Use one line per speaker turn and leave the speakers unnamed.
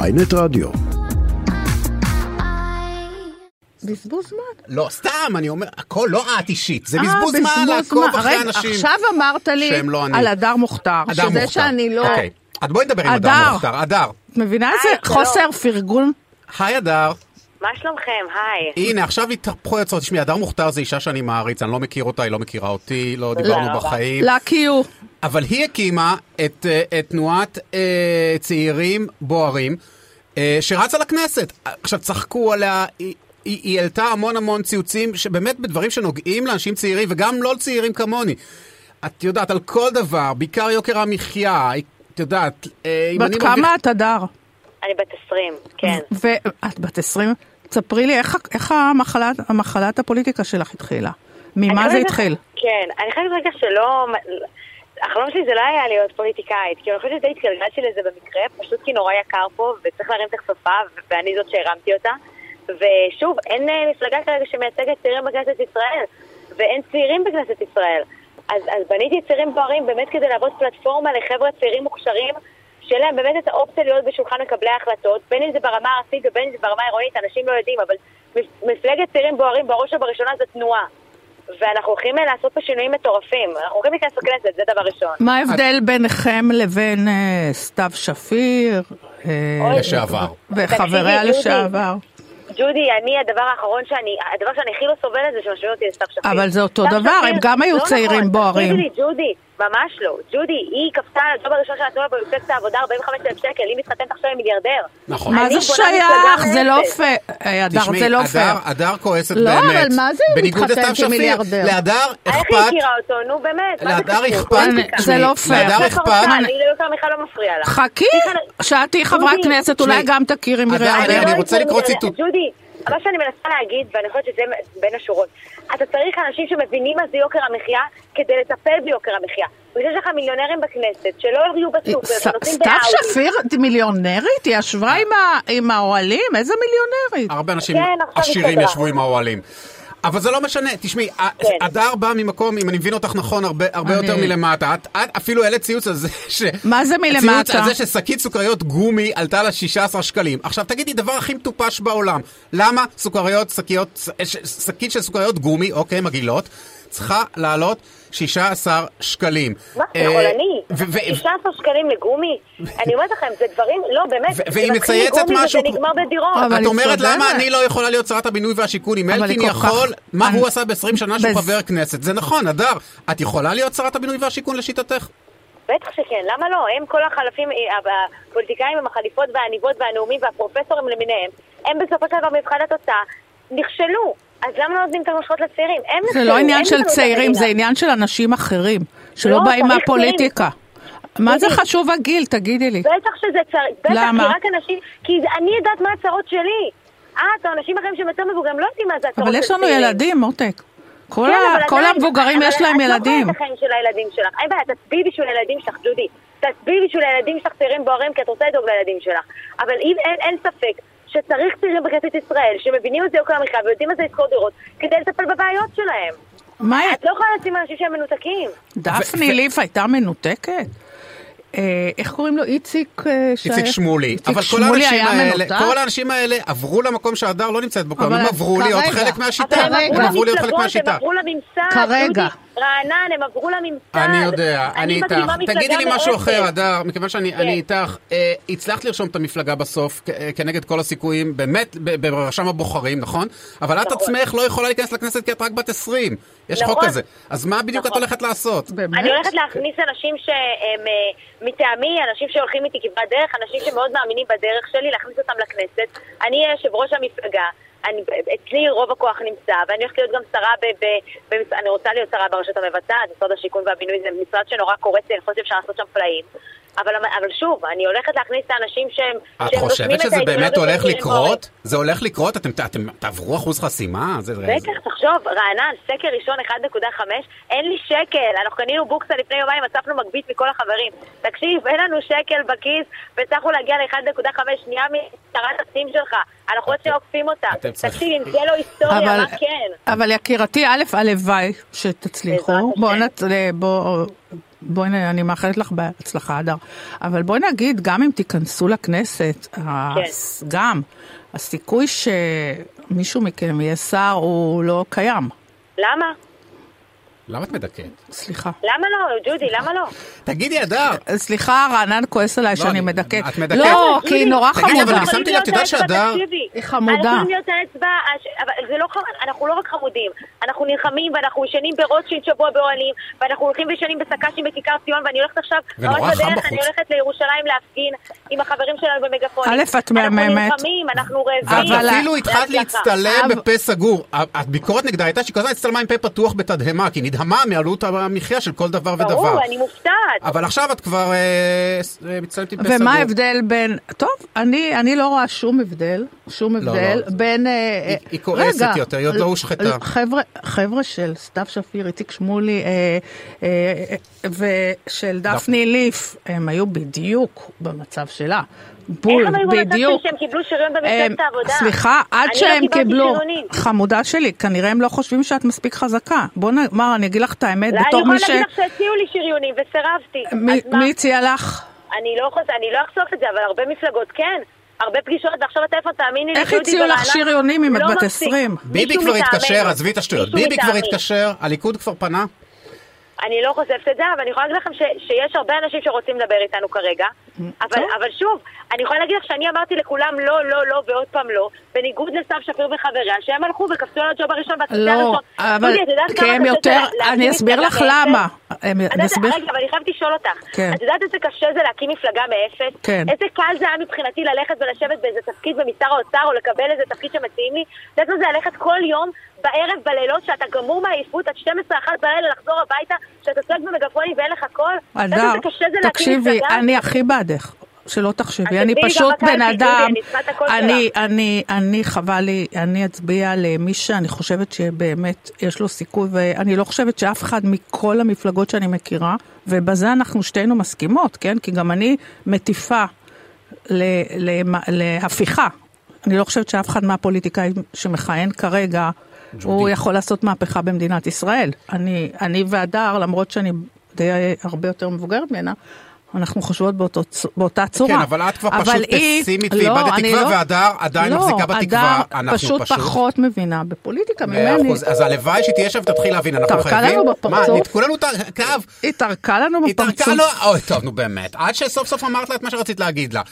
ויינט רדיו.
בזבוז זמן.
לא, סתם, אני אומר, הכל לא את אישית, זה
אה,
בזבוז זמן לעקוב אחרי
רגע,
אנשים.
עכשיו אמרת לי
שהם לא אני.
על הדר מוכתר.
אדר
שזה
מוכתר.
שאני לא...
אוקיי. אז בואי נדבר עם אדר
אדר.
מוכתר. אדר.
את מבינה
אה,
איזה
שלום.
חוסר פרגון?
היי אדר.
מה שלומכם? היי.
הנה, עכשיו התהפכו היוצרות. תשמעי, אדר מוכתר זו אישה שאני מעריץ, אני לא מכיר אותה, היא לא מכירה אותי, לא דיברנו
רבה.
בחיים.
לקיו.
אבל היא הקימה את, אה, את תנועת אה, צעירים בוערים, אה, שרצה לכנסת. עכשיו, צחקו עליה, היא, היא, היא העלתה המון המון ציוצים, שבאמת בדברים שנוגעים לאנשים צעירים, וגם לא צעירים כמוני. את יודעת, על כל דבר, בעיקר יוקר המחיה, את יודעת, אה, אם אני
בת
מרוויח-
כמה את הדר?
אני בת 20, כן.
ואת בת 20? תספרי לי איך- איך המחלת- המחלת הפוליטיקה שלך התחילה. ממה
אני לא
זה
חושבת-
התחיל?
כן, אני חושבת רגע שלא... החלום שלי זה לא היה להיות פוליטיקאית, כאילו אני חושבת שדי התגלגלתי לזה במקרה, פשוט כי נורא יקר פה וצריך להרים את הכפפה ו- ואני זאת שהרמתי אותה. ושוב, אין אה, מפלגה כרגע שמייצגת צעירים בכנסת ישראל, ואין צעירים בכנסת ישראל. אז, אז בניתי את צעירים בוערים באמת כדי להוות פלטפורמה לחבר'ה צעירים מוכשרים, שיהיה להם באמת את האופציה להיות בשולחן מקבלי ההחלטות, בין אם זה ברמה הארצית ובין אם זה ברמה העירונית, אנשים לא יודעים, אבל מפ- מפלגת צעירים בוערים בראש ובראשונה זה תנועה. ואנחנו הולכים אה, לעשות פה שינויים מטורפים. אנחנו הולכים להיכנס לכנסת, זה דבר ראשון.
מה ההבדל ביניכם לבין אה, סתיו שפיר? אה,
אוי.
לשעבר. אוקיי.
וחבריה
תקשיבי,
לשעבר.
ג'ודי, אני, הדבר האחרון שאני, הדבר שאני הכי לא סובלת זה שמשווים אותי לסתיו שפיר.
אבל זה אותו
סתיו
דבר,
שפיר-
הם גם היו
לא
צעירים
נכון,
בוערים.
תגידי לי, ג'ודי, ממש לא. ג'ודי, היא קפצה על הג'וב הראשון שנתנו לה במפלגת העבודה 45,000 שקל, היא מתחתנת עכשיו עם מיליארדר.
נכון.
מה
אני
זה
בונה
שייך?
מפלגה
זה לא
מאפס.
פייר. אה, הדר,
תשמעי,
זה לא
אדר-
פייר.
אדר כועסת
לא,
באמת.
אבל מה זה היא
בניגוד
מתחתנת
לסתיו
עם
שפיר,
מיליארדר?
להדר
איך היא
אכפת,
הכירה אותו? נו באמת. מה
להדר
קשור?
אכפת,
פוליטיקה.
זה לא
תשמעי,
פייר.
להדר
זה
אכפת,
פרטן, היא ליוקר המחאה לא מפריעה לה.
חכי, שאתי חברת
דודי,
כנסת, אולי
תשמעי,
גם תכירי
אדר,
מירי
אני-
ארבל.
לא
אני רוצה
אתן
לקרוא
לזה-
ציטוט.
ג'ודי, מה שאני מנסה להגיד, ואני חושבת שזה בין השורות, אתה צריך אנשים שמבינים מה זה יוקר המחיה כדי לטפל ביוקר המחיה. ויש לך מיליונרים בכנסת שלא יהיו בסופר,
ס-
שנוסעים
סתיו
באאודי.
שפיר מיליונרית? היא ישבה עם ה- עם האוהלים? איזה מיליונרית?
הרבה אנשים
כן, עכשיו
עשירים
הסתדרה.
ישבו עם האוהלים. אבל זה לא משנה, תשמעי, ה-
כן.
הדר בא ממקום, אם אני מבין אותך נכון, הרבה, הרבה
אני-
יותר מלמטה. את, את אפילו העלית ציוץ על זה ש...
מה זה מלמטה?
ציוץ על זה ששקית סוכריות גומי עלתה לה 16 שקלים. עכשיו תגידי, דבר הכי מטופש בעולם, למה סוכריות, שקיות, ש- שקית של סוכריות גומי, אוקיי, מגעילות, צריכה לעלות 16 שקלים?
מה זה
אה,
חולני?
ו- ו-
16 שקלים לגומי? אני אומרת לכם, זה דברים, לא באמת,
ו-
זה
והיא
מתחיל
מצייצת
מגומי וזה
משהו-
נגמר בדירות.
אבל
את
היא
אומרת למה
צודקת.
אני לא יכולה להיות שרת הבינוי והשיכון, אם
אבל
אלקין
היא כל כך-
יכול, מה
אני-
הוא עשה ב-20 שנה שהוא
בז-
חבר כנסת? זה נכון, הדר, את יכולה להיות שרת הבינוי והשיכון לשיטתך?
בטח שכן, למה לא? הם כל החלפים, אה, הפוליטיקאים עם החליפות והעניבות והנאומים והפרופסורים למיניהם, הם בסופו של דבר במבחן התוצאה נכשלו. אז למה לא נותנים את המושכות לצעירים? הם נכשלו.
זה לא עניין
הם
של
נכשלו
צעירים,
במדינה.
זה עניין של אנשים אחרים, שלא
לא,
באים
צריך
מהפוליטיקה. מה זה
תגידי.
חשוב הגיל? תגידי לי.
בטח שזה צעיר, בטח,
למה?
כי רק אנשים, כי אני יודעת מה הצרות שלי. את, או אנשים אחרים שהם יותר מבוגרים, לא יודעים מה זה הצרות של
אבל
צעירים.
יש לנו ילדים, מותק. כל
כן,
ה-
אבל
כל
עדיין-
המבוגרים
אבל
יש להם
את
ילדים.
לא חיה את החיים של הילדים שלך. אין בעיה, תצביעי בשביל הילדים שלך, ג'ודי. תצביעי בשביל הילדים שלך צעירים בוערים, כי את רוצה לדאוג לילדים שלך. אבל אם אין, אין ספק שצריך צעירים בכנסת ישראל, שמבינים את זה יוקר המחיה ויודעים מה זה לשכור דירות, כדי לטפל בבעיות שלהם.
מה,
את לא יכולה לשים אנשים שהם מנותקים.
דפני ליף הייתה מנותקת? אה, איך קוראים לו? איציק אה, ש-
איציק שמולי. אבל כל
שמולי
האנשים
היה
האלה,
מנותק?
כל האנשים האלה עברו למקום שהדר לא נמצאת בו,
אבל
הם עברו
כרגע-
להיות חלק
אבל
מהשיטה.
הם
כרגע.
עברו
הם עברו להיות חלק
למפלגות, הם
מהשיטה.
עברו לממסד.
כרגע.
דודי, רענן, הם עברו לממסד.
אני יודע, אני
מקימה
איתך.
מפלגה
תגידי לי משהו
מאפס.
אחר, אדר, מכיוון שאני
כן.
אני איתך. אה, הצלחת לרשום את המפלגה בסוף, כ- אה, כנגד כל הסיכויים, באמת, ב- ברשם הבוחרים, נכון? אבל את
נכון.
עצמך לא יכולה להיכנס לכנסת כי את רק בת 20. יש
נכון.
חוק כזה. אז מה בדיוק את
נכון.
הולכת לעשות?
באמת?
אני הולכת להכניס אנשים שהם אה, מטעמי, אנשים שהולכים איתי כברת דרך, אנשים שמאוד מאמינים בדרך שלי, להכניס אותם לכנסת. אני אהיה יושב ראש המפלגה, אני, אצלי רוב הכוח נמצא, ואני הולכת להיות גם שרה, ב, ב, ב, אני רוצה להיות שרה ברשות המבצעת, משרד השיכון והבינוי זה משרד שנורא קורץ לי, אני חושבת שאפשר לעשות שם פלאים. אבל, אבל שוב, אני הולכת להכניס את האנשים שהם...
את
שהם נותנים
חושבת
את
שזה
ההתנהלות
באמת
של
הולך
צעירים
לקרות? זה הולך לקרות? אתם- אתם תעברו אחוז חסימה? זה- זה-
בטח, תחשוב, רענן, סקר ראשון 1.5, אין לי שקל, אנחנו קנינו בוקסה לפני יומיים, אספנו מגבית מכל החברים. תקשיב, אין לנו שקל בכיס, והצלחנו להגיע ל-1.5 שנייה משרת הפנים שלך. אנחנו עוד שנייה עוקפים אותה.
אתם
תקשיב,
צריכים-
אם זה לא היסטוריה,
אבל-
מה כן?
אבל יקירתי, א', הלוואי
בעזרת
שתצליחו. בואו
השם.
נצ... בואו... בואי, נ- אני מאחלת לך בהצלחה, הדר. אבל בואי נגיד, גם אם תיכנסו לכנסת,
כן.
הס- גם, הסיכוי שמישהו מכם יהיה שר הוא לא קיים.
למה?
למה את מדכאת?
סליחה.
למה לא, ג'ודי, למה לא?
תגידי, אדר,
סליחה, רענן כועס עליי שאני
לא, אני-
מדכאת.
את מדכאת.
לא, כי היא נורא
תגידי, אבל
חמודה.
אני שמתי לב, את יודעת
יכולים להיות
שהדר-
האצבע, תקשיבי.
היא חמודה.
אנחנו יכולים להיות האצבע, הש- אבל זה לא חמ... אנחנו לא רק חמודים, אנחנו נלחמים ואנחנו ישנים ברוטשילד שבוע באוהלים, ואנחנו הולכים וישנים בסק"שים בכיכר ציון, ואני הולכת עכשיו,
ונורא
ממש
חם
בדרך,
בחוץ.
אני הולכת לירושלים להפגין עם החברים שלנו במגפונים.
א', את
אנחנו
מהממת.
נלחמים, אנחנו רעבים.
אבל-
ואת אפילו התחלת
בהצלחה.
להצטלם
אבל-
בפה סגור. ה- הביקורת נגדה הייתה שהיא כל הזמן הצטלמה עם פה פתוח בתדהמה, כי היא נדהמה מעלות המחיה של כל דבר ודבר.
ברור, אני מופתעת.
אבל עכשיו את כבר אה, ס- אה, מצטלמת עם פה סגור.
ומה ההבדל בין... טוב, אני, אני לא רואה שום הבדל, שום
לא,
הבדל
לא.
בין... אה,
היא-
אה,
היא כועסת
רגע,
יותר, היא עוד לא הושחתה.
ל- חבר'ה, חבר'ה של סתיו שפיר, איציק שמולי אה, אה, אה, ושל דפני ליף, הם היו בדיוק במצב שלה. בול,
הם היו במצב
בדיוק.
שהם קיבלו שריון במפלגת
הם-
העבודה?
סליחה, עד
אני לא
שהם
קיבלתי
קיבלו,
שריונים.
חמודה שלי, כנראה הם לא חושבים שאת מספיק חזקה. בוא נאמר, אני אגיד לך את האמת,
לא, אני
בתור
יכולה
מי ש...
להגיד לך שהציעו לי שריונים וסירבתי.
מי-
אז מה?
מי הציע לך?
אני לא חוז... אני לא אחשוף את זה, אבל הרבה מפלגות כן. הרבה פגישות, ועכשיו הטלפון, תאמיני לי,
איך
דודי
הציעו לך
ברעננה
שריונים אם את
לא
בת
מפסיק.
20?
ביבי
מישהו
כבר
מטעמנו.
התקשר, עזבי את השטויות.
מישהו
ביבי כבר
מטעמי.
התקשר, הליכוד כבר פנה.
אני לא חושפת את זה, אבל אני יכולה להגיד לכם ש- שיש הרבה אנשים שרוצים לדבר איתנו כרגע. אבל
טוב.
אבל שוב, אני יכולה להגיד לך שאני אמרתי לכולם לא, לא, לא, ועוד פעם לא, בניגוד לסתיו שפיר וחבריה, שהם הלכו וקפצו על הג'וב הראשון והקפצה
לא,
הראשון.
אבל
דודי, את יודעת
כי
כמה
הם
קשה
יותר,
זה להקים
אני אסביר
מפלגה
לך
מאפס?
למה. הם-
את יודעת,
נסביר-
רגע, אבל אני חייבת לשאול אותך.
כן.
את יודעת איזה קשה זה להקים מפלגה מאפס?
כן.
איזה קל זה היה מבחינתי ללכת ולשבת באיזה תפקיד במשרד האוצר, או לקבל איזה תפקיד שמציעים לי? את יודעת מה זה ללכת כל יום, בערב, בלילות, שאתה גמור מעייפות, עד 12-1 בלילה לחזור הביתה, שאתה צועק במגפונים ואין לך קול? את יודעת
אדר,
איזה קשה זה להקים
תקשיבי,
מפלגה?
אני הכי בעדך. שלא תחשבי,
אז
אני
תצביעי גם
פשוט
בקלפי,
בן
דודי,
אדם,
אני אשמע את הקול
אני, אני, אני, חבל לי, אני אצביע למי שאני חושבת שבאמת יש לו סיכוי, ואני לא חושבת שאף אחד מכל המפלגות שאני מכירה, ובזה אנחנו שתינו מסכימות, כן? כי גם אני מטיפה ל, למ- להפיכה. אני לא חושבת שאף אחד מהפוליטיקאים שמכהן כרגע, הוא יכול לעשות מהפכה במדינת ישראל. אני, אני והדר, למרות שאני די הרבה יותר מבוגרת ממנה, אנחנו חושבות באותו, צ- באותה צורה.
כן, אבל את כבר
אבל
פשוט
היא-
פסימית
לא,
ואיבדת
אני
תקווה,
לא-
והדר עדיין
לא,
מחזיקה בתקווה.
הדר
אנחנו
פשוט
פשוט-
פחות מבינה בפוליטיקה
מאה
ממני.
אה, אחוז. אז הלוואי שהיא תהיה שם ותתחיל להבין, אנחנו
טרקה
חייבים...
לנו בפרצוף.
מה, ניתקו לנו את הקו.
היא טרקה לנו
היא
בפרצוף.
טרקה לו... אוי, טוב, נו באמת. עד שסוף סוף אמרת לה את מה שרצית להגיד לה.